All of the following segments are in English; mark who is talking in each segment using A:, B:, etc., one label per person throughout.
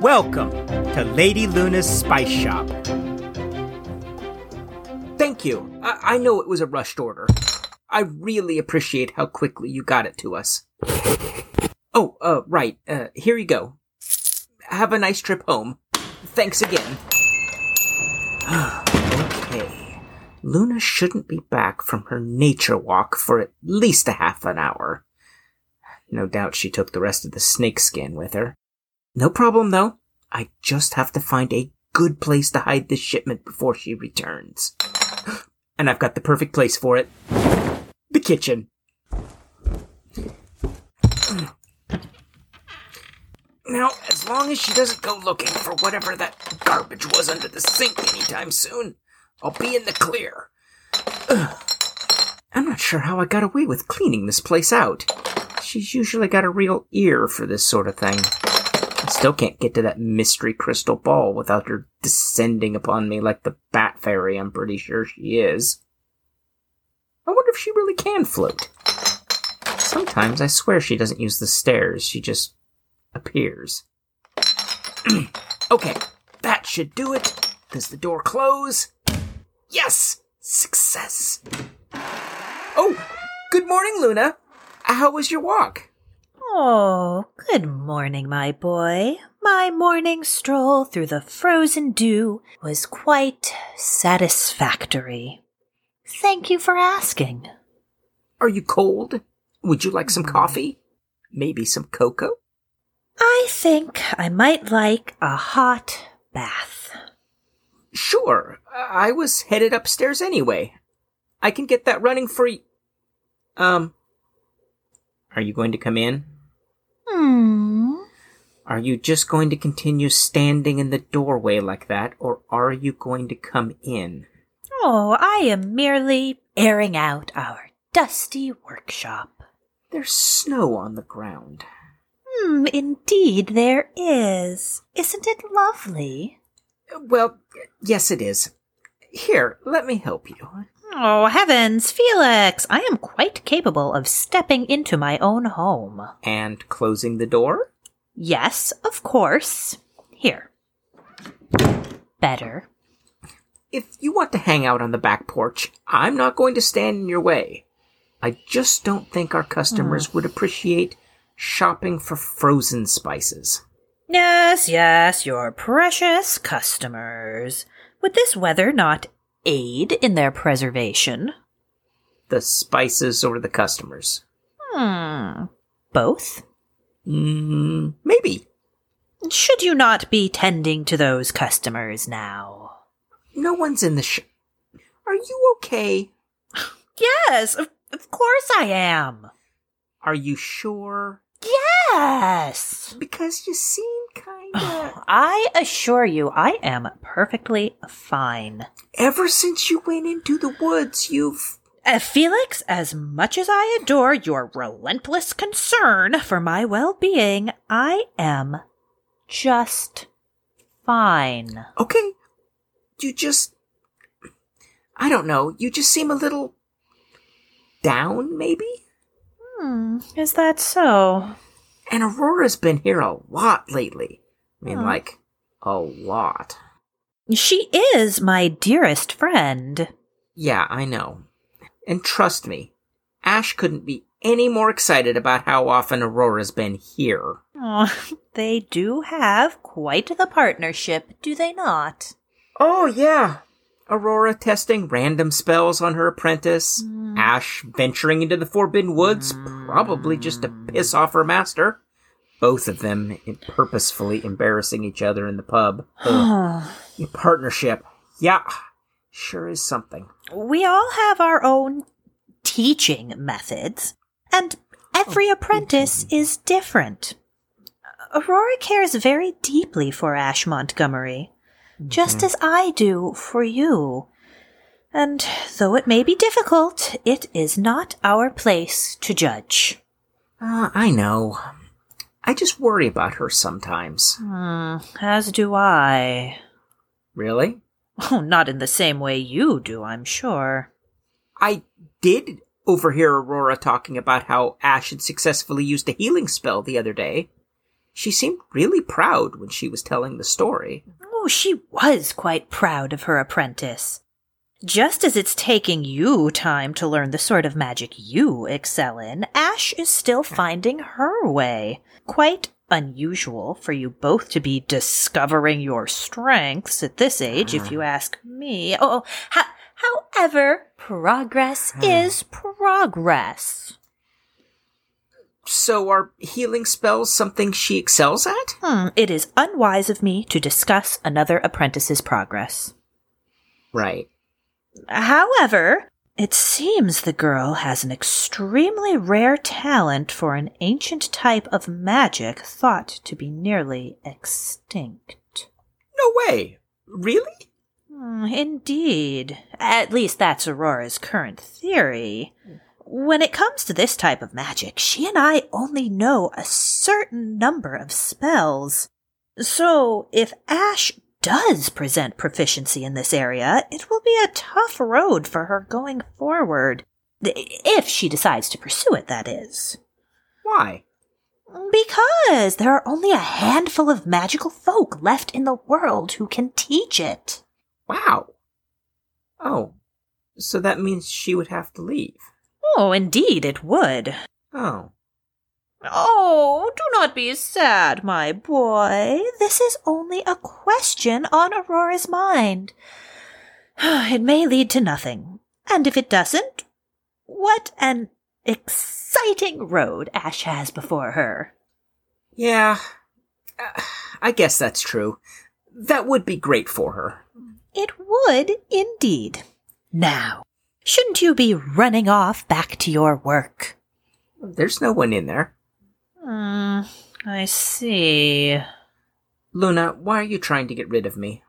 A: Welcome to Lady Luna's Spice Shop. Thank you. I, I know it was a rushed order. I really appreciate how quickly you got it to us. Oh, uh, right. Uh, here you go. Have a nice trip home. Thanks again. okay. Luna shouldn't be back from her nature walk for at least a half an hour. No doubt she took the rest of the snake skin with her. No problem though. I just have to find a good place to hide this shipment before she returns. And I've got the perfect place for it. The kitchen. Now, as long as she doesn't go looking for whatever that garbage was under the sink anytime soon, I'll be in the clear. Ugh. I'm not sure how I got away with cleaning this place out. She's usually got a real ear for this sort of thing. I still can't get to that mystery crystal ball without her descending upon me like the bat fairy I'm pretty sure she is. I wonder if she really can float. Sometimes I swear she doesn't use the stairs, she just appears. okay, that should do it. Does the door close? Yes! Success! Oh, good morning, Luna! How was your walk?
B: Oh, good morning, my boy. My morning stroll through the frozen dew was quite satisfactory. Thank you for asking.
A: Are you cold? Would you like some coffee? Maybe some cocoa?
B: I think I might like a hot bath.
A: Sure. I was headed upstairs anyway. I can get that running for y- Um. Are you going to come in?
B: Hmm.
A: Are you just going to continue standing in the doorway like that, or are you going to come in?
B: Oh, I am merely airing out our dusty workshop.
A: There's snow on the ground.
B: Hmm, indeed there is. Isn't it lovely?
A: Well, yes, it is. Here, let me help you.
B: Oh, heavens, Felix! I am quite capable of stepping into my own home.
A: And closing the door?
B: Yes, of course. Here. Better.
A: If you want to hang out on the back porch, I'm not going to stand in your way. I just don't think our customers would appreciate shopping for frozen spices.
B: Yes, yes, your precious customers. Would this weather not aid in their preservation?
A: The spices or the customers?
B: Hmm. Both?
A: Mm, maybe.
B: Should you not be tending to those customers now?
A: No one's in the sh. Are you okay?
B: Yes, of, of course I am.
A: Are you sure?
B: Yes.
A: Because you seem kinda.
B: I assure you, I am perfectly fine.
A: Ever since you went into the woods, you've.
B: Uh, Felix, as much as I adore your relentless concern for my well being, I am just fine.
A: Okay. You just. I don't know. You just seem a little. down, maybe?
B: Hmm, is that so?
A: And Aurora's been here a lot lately. I mean,
B: Hmm.
A: like, a lot.
B: She is my dearest friend.
A: Yeah, I know. And trust me, Ash couldn't be any more excited about how often Aurora's been here.
B: Aw, they do have quite the partnership, do they not?
A: Oh, yeah. Aurora testing random spells on her apprentice.
B: Mm.
A: Ash venturing into the Forbidden Woods, probably just to piss off her master. Both of them in- purposefully embarrassing each other in the pub. Ugh. Your partnership. Yeah. Sure is something.
B: we all have our own teaching methods, and every apprentice is different. Aurora cares very deeply for Ash Montgomery, just as I do for you. And though it may be difficult, it is not our place to judge.
A: Uh, I know. I just worry about her sometimes.
B: Hmm, as do I.
A: Really?
B: Oh, not in the same way you do, I'm sure.
A: I did overhear Aurora talking about how Ash had successfully used a healing spell the other day. She seemed really proud when she was telling the story.
B: Oh, she was quite proud of her apprentice. Just as it's taking you time to learn the sort of magic you excel in, Ash is still finding her way. Quite unusual for you both to be discovering your strengths at this age, if you ask me. Oh, ha- however, progress is progress.
A: So are healing spells something she excels at?
B: Hmm, it is unwise of me to discuss another apprentice's progress.
A: Right.
B: However, it seems the girl has an extremely rare talent for an ancient type of magic thought to be nearly extinct.
A: No way. Really?
B: Hmm, Indeed. At least that's Aurora's current theory. When it comes to this type of magic, she and I only know a certain number of spells. So, if Ash does present proficiency in this area, it will be a tough road for her going forward. If she decides to pursue it, that is.
A: Why?
B: Because there are only a handful of magical folk left in the world who can teach it.
A: Wow. Oh. So that means she would have to leave.
B: Oh, indeed it would.
A: Oh.
B: Oh, do not be sad, my boy. This is only a question on Aurora's mind. It may lead to nothing. And if it doesn't, what an exciting road Ash has before her.
A: Yeah. Uh, I guess that's true. That would be great for her.
B: It would indeed. Now, shouldn't you be running off back to your work?
A: There's no one in there.
B: Hmm, I see.
A: Luna, why are you trying to get rid of me?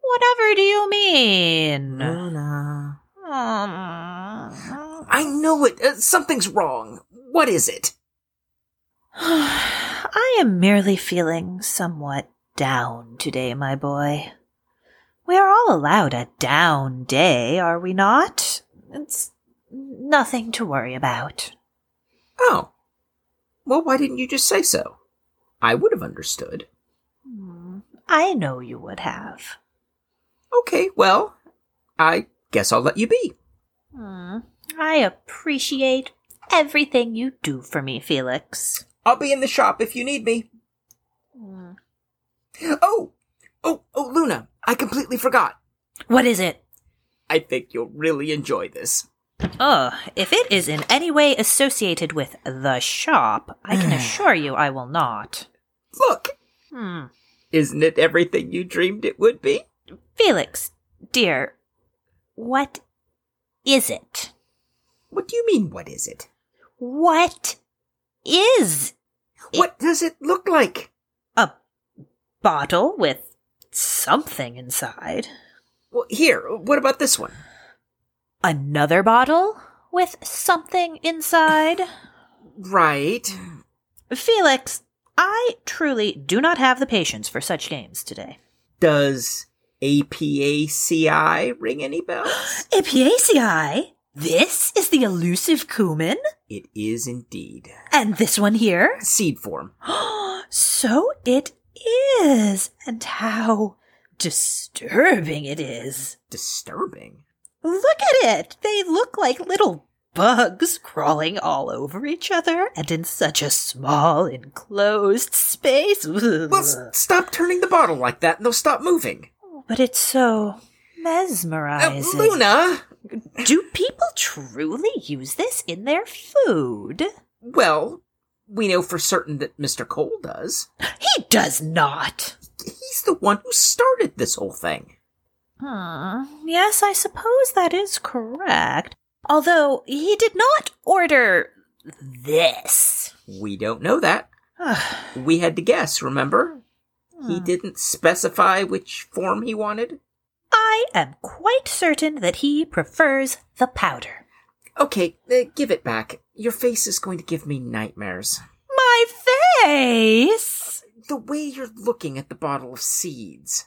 B: Whatever do you mean?
A: Luna.
B: Hmm. Um,
A: I know it. Uh, something's wrong. What is it?
B: I am merely feeling somewhat down today, my boy. We are all allowed a down day, are we not? It's nothing to worry about.
A: Oh. Well, why didn't you just say so? I would have understood.
B: Hmm, I know you would have.
A: Okay, well, I guess I'll let you be.
B: Hmm, I appreciate everything you do for me, Felix.
A: I'll be in the shop if you need me.
B: Hmm.
A: Oh, oh, oh, Luna, I completely forgot.
B: What is it?
A: I think you'll really enjoy this.
B: Oh, if it is in any way associated with the shop, I can assure you I will not.
A: Look,
B: Hmm.
A: isn't it everything you dreamed it would be?
B: Felix, dear, what is it?
A: What do you mean, what is it?
B: What is
A: What does it look like?
B: a bottle with something inside?
A: Well, here, what about this one?
B: Another bottle with something inside?
A: Right.
B: Felix, I truly do not have the patience for such games today.
A: Does APACI ring any bells?
B: APACI? This is the elusive cumin?
A: it is indeed.
B: And this one here?
A: Seed form.
B: so it is! And how disturbing it is!
A: Disturbing.
B: Look at it! They look like little bugs crawling all over each other and in such a small enclosed space.
A: Well, s- stop turning the bottle like that and they'll stop moving.
B: But it's so
A: Uh,
B: mesmerizing.
A: Luna!
B: Do people truly use this in their food?
A: Well, we know for certain that Mr. Cole does.
B: He does not.
A: He's the one who started this whole thing.
B: Hmm. Yes, I suppose that is correct. Although he did not order this.
A: We don't know that. We had to guess, remember? He didn't specify which form he wanted.
B: I am quite certain that he prefers the powder.
A: Okay, uh, give it back. Your face is going to give me nightmares.
B: My face!
A: The way you're looking at the bottle of seeds,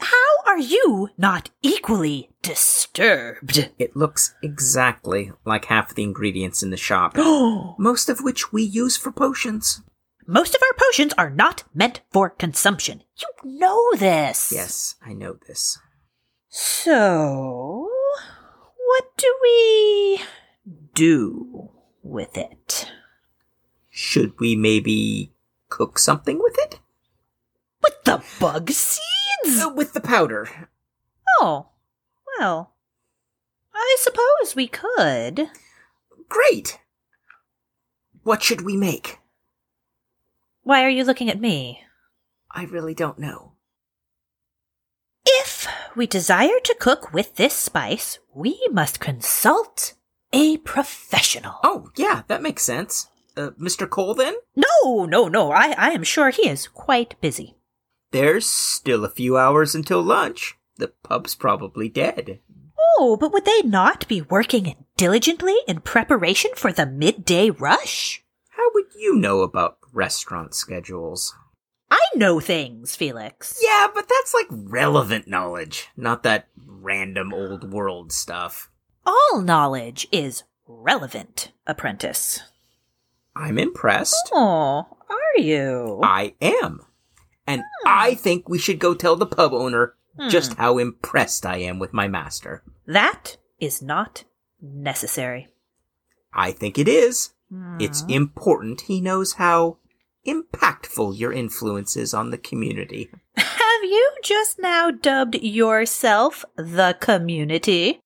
B: How are you not equally disturbed?
A: it looks exactly like half the ingredients in the shop,
B: Oh,
A: most of which we use for potions.
B: Most of our potions are not meant for consumption. You know this.
A: Yes, I know this.
B: So, what do we do with it?
A: Should we maybe cook something with it?
B: With the bug seeds?
A: Uh, with the powder.
B: Oh, well, I suppose we could.
A: Great! What should we make?
B: Why are you looking at me?
A: I really don't know.
B: If we desire to cook with this spice, we must consult a professional.
A: Oh, yeah, that makes sense. Uh, Mr. Cole, then?
B: No, no, no. I, I am sure he is quite busy.
A: There's still a few hours until lunch. The pub's probably dead.
B: Oh, but would they not be working diligently in preparation for the midday rush?
A: How would you know about restaurant schedules?
B: I know things, Felix.
A: Yeah, but that's like relevant knowledge, not that random old world stuff.
B: All knowledge is relevant, apprentice.
A: I'm impressed.
B: Oh, are you?
A: I am. And I think we should go tell the pub owner just how impressed I am with my master.
B: That is not necessary.
A: I think it is. It's important he knows how impactful your influence is on the community.
B: Have you just now dubbed yourself the community?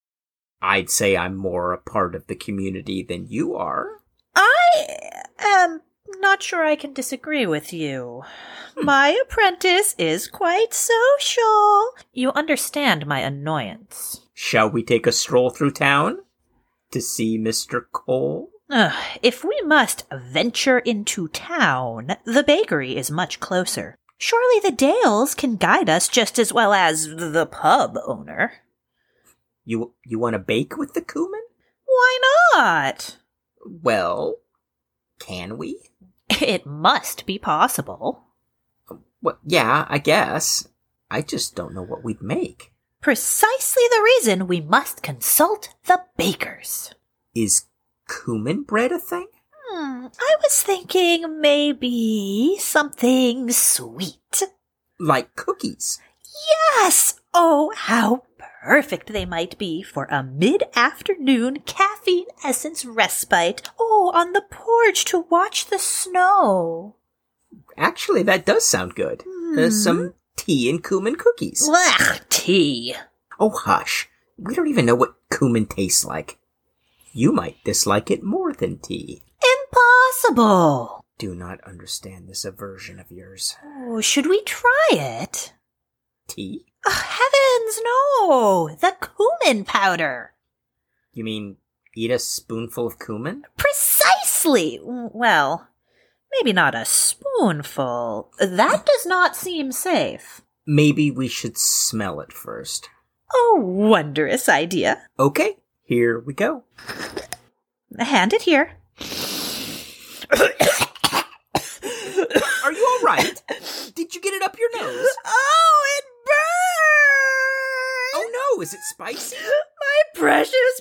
A: I'd say I'm more a part of the community than you are.
B: I am not sure I can disagree with you. My apprentice is quite social. You understand my annoyance.
A: Shall we take a stroll through town to see Mr. Cole?
B: Ugh, if we must venture into town, the bakery is much closer. Surely the Dales can guide us just as well as the pub owner.
A: You you want to bake with the cumin?
B: Why not?
A: Well, can we?
B: It must be possible.
A: Well, yeah, I guess. I just don't know what we'd make.
B: Precisely the reason we must consult the bakers.
A: Is cumin bread a thing?
B: Hmm, I was thinking maybe something sweet.
A: Like cookies?
B: Yes! Oh, how perfect they might be for a mid afternoon caffeine essence respite. Oh, on the porch to watch the snow.
A: Actually, that does sound good. Uh, some tea and cumin cookies.
B: Blech, tea.
A: Oh, hush. We don't even know what cumin tastes like. You might dislike it more than tea.
B: Impossible.
A: Do not understand this aversion of yours.
B: Oh, should we try it?
A: Tea?
B: Ugh, heavens, no! The cumin powder!
A: You mean eat a spoonful of cumin?
B: Precisely! Well, maybe not a spoonful. That does not seem safe.
A: Maybe we should smell it first.
B: Oh, wondrous idea.
A: Okay, here we go.
B: Hand it here.
A: Are you all right? Did you get it up your nose?
B: Oh, it burns!
A: Oh no, is it spicy?
B: My precious,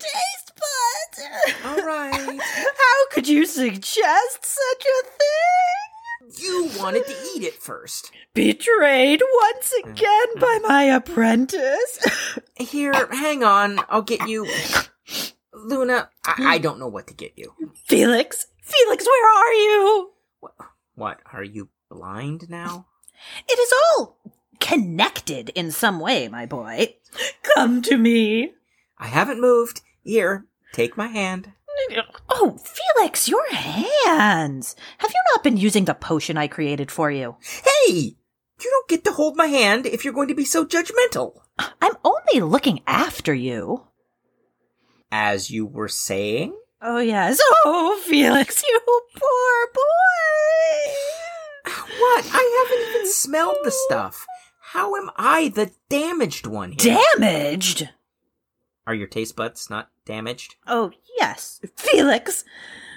B: perfect taste buds!
A: All right.
B: How could you suggest such a thing?
A: You wanted to eat it first.
B: Betrayed once again by my apprentice.
A: Here, hang on. I'll get you. Luna, I, I don't know what to get you.
B: Felix, Felix, where are you?
A: What, are you blind now?
B: It is all connected in some way, my boy. Come to me.
A: I haven't moved. Here, take my hand.
B: Oh, Felix, your hands! Have you not been using the potion I created for you?
A: Hey! You don't get to hold my hand if you're going to be so judgmental.
B: I'm only looking after you.
A: As you were saying?
B: Oh, yes. Oh, Felix, you poor boy!
A: What? I haven't even smelled the stuff. How am I the damaged one here?
B: Damaged!
A: Are your taste buds not damaged?
B: Oh, yes. Felix,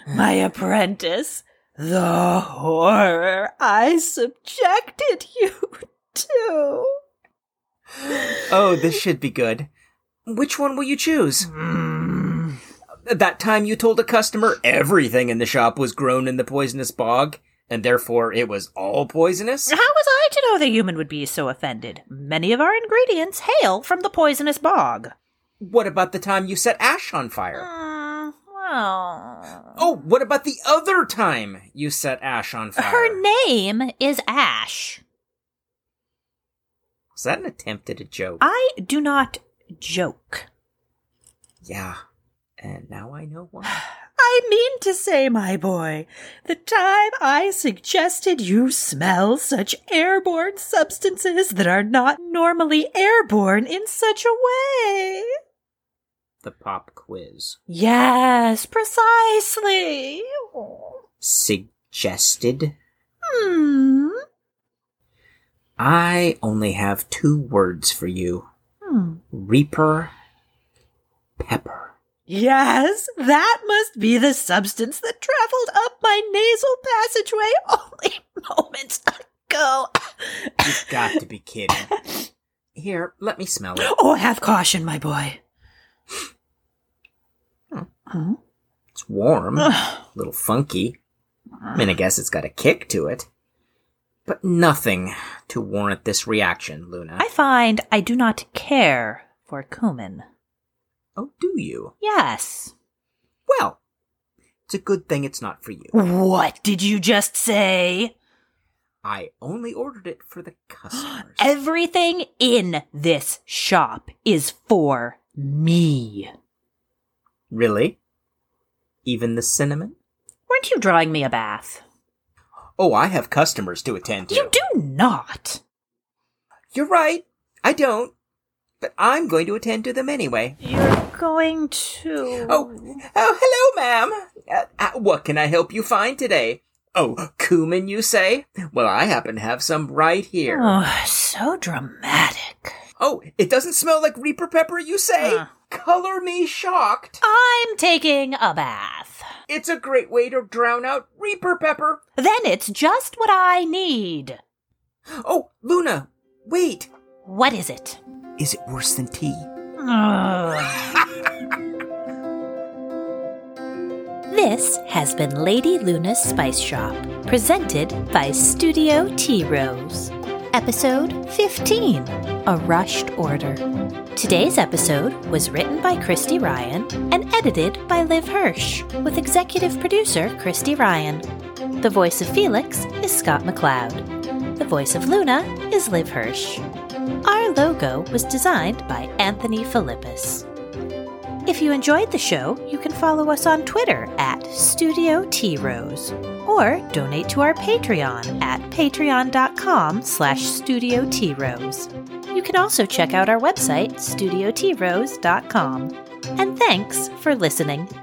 B: my apprentice, the horror I subjected you to.
A: Oh, this should be good. Which one will you choose? That time you told a customer everything in the shop was grown in the poisonous bog, and therefore it was all poisonous?
B: How was I to know the human would be so offended? Many of our ingredients hail from the poisonous bog.
A: What about the time you set Ash on fire?
B: Mm, well.
A: Oh, what about the other time you set Ash on fire?
B: Her name is Ash.
A: was that an attempt at a joke?
B: I do not joke.
A: yeah. And now I know why.
B: I mean to say, my boy, the time I suggested you smell such airborne substances that are not normally airborne in such a way.
A: the pop quiz.
B: Yes, precisely.
A: Suggested?
B: Hmm.
A: I only have two words for you
B: Hmm.
A: Reaper, Pepper.
B: Yes, that must be the substance that traveled up my nasal passageway only moments ago.
A: You've got to be kidding. Here, let me smell it.
B: Oh, have caution, my boy. Hmm.
A: It's warm, a
B: Ugh.
A: little funky. I mean, I guess it's got a kick to it. But nothing to warrant this reaction, Luna.
B: I find I do not care for cumin.
A: Oh, do you?
B: Yes.
A: Well, it's a good thing it's not for you.
B: What did you just say?
A: I only ordered it for the customers.
B: Everything in this shop is for me.
A: really? Even the cinnamon?
B: Weren't you drawing me a bath?
A: Oh, I have customers to attend to.
B: You do not.
A: You're right. I don't. But I'm going to attend to them anyway.
B: You're going to.
A: Oh, oh, hello, ma'am. Uh, uh, what can I help you find today? Oh, cumin, you say? Well, I happen to have some right here.
B: Oh, so dramatic.
A: Oh, it doesn't smell like Reaper pepper, you say?
B: Huh.
A: Color me shocked.
B: I'm taking a bath.
A: It's a great way to drown out Reaper pepper.
B: Then it's just what I need.
A: Oh, Luna, wait.
B: What is it?
A: Is it worse than tea?
B: this has been Lady Luna's Spice Shop, presented by Studio Tea Rose. Episode 15 A Rushed Order. Today's episode was written by Christy Ryan and edited by Liv Hirsch, with executive producer Christy Ryan. The voice of Felix is Scott McLeod. The voice of Luna is Liv Hirsch. Our logo was designed by Anthony Philippus. If you enjoyed the show, you can follow us on Twitter at Studio T Rose or donate to our Patreon at patreon.com slash Studio T Rose. You can also check out our website, studiotrose.com. And thanks for listening.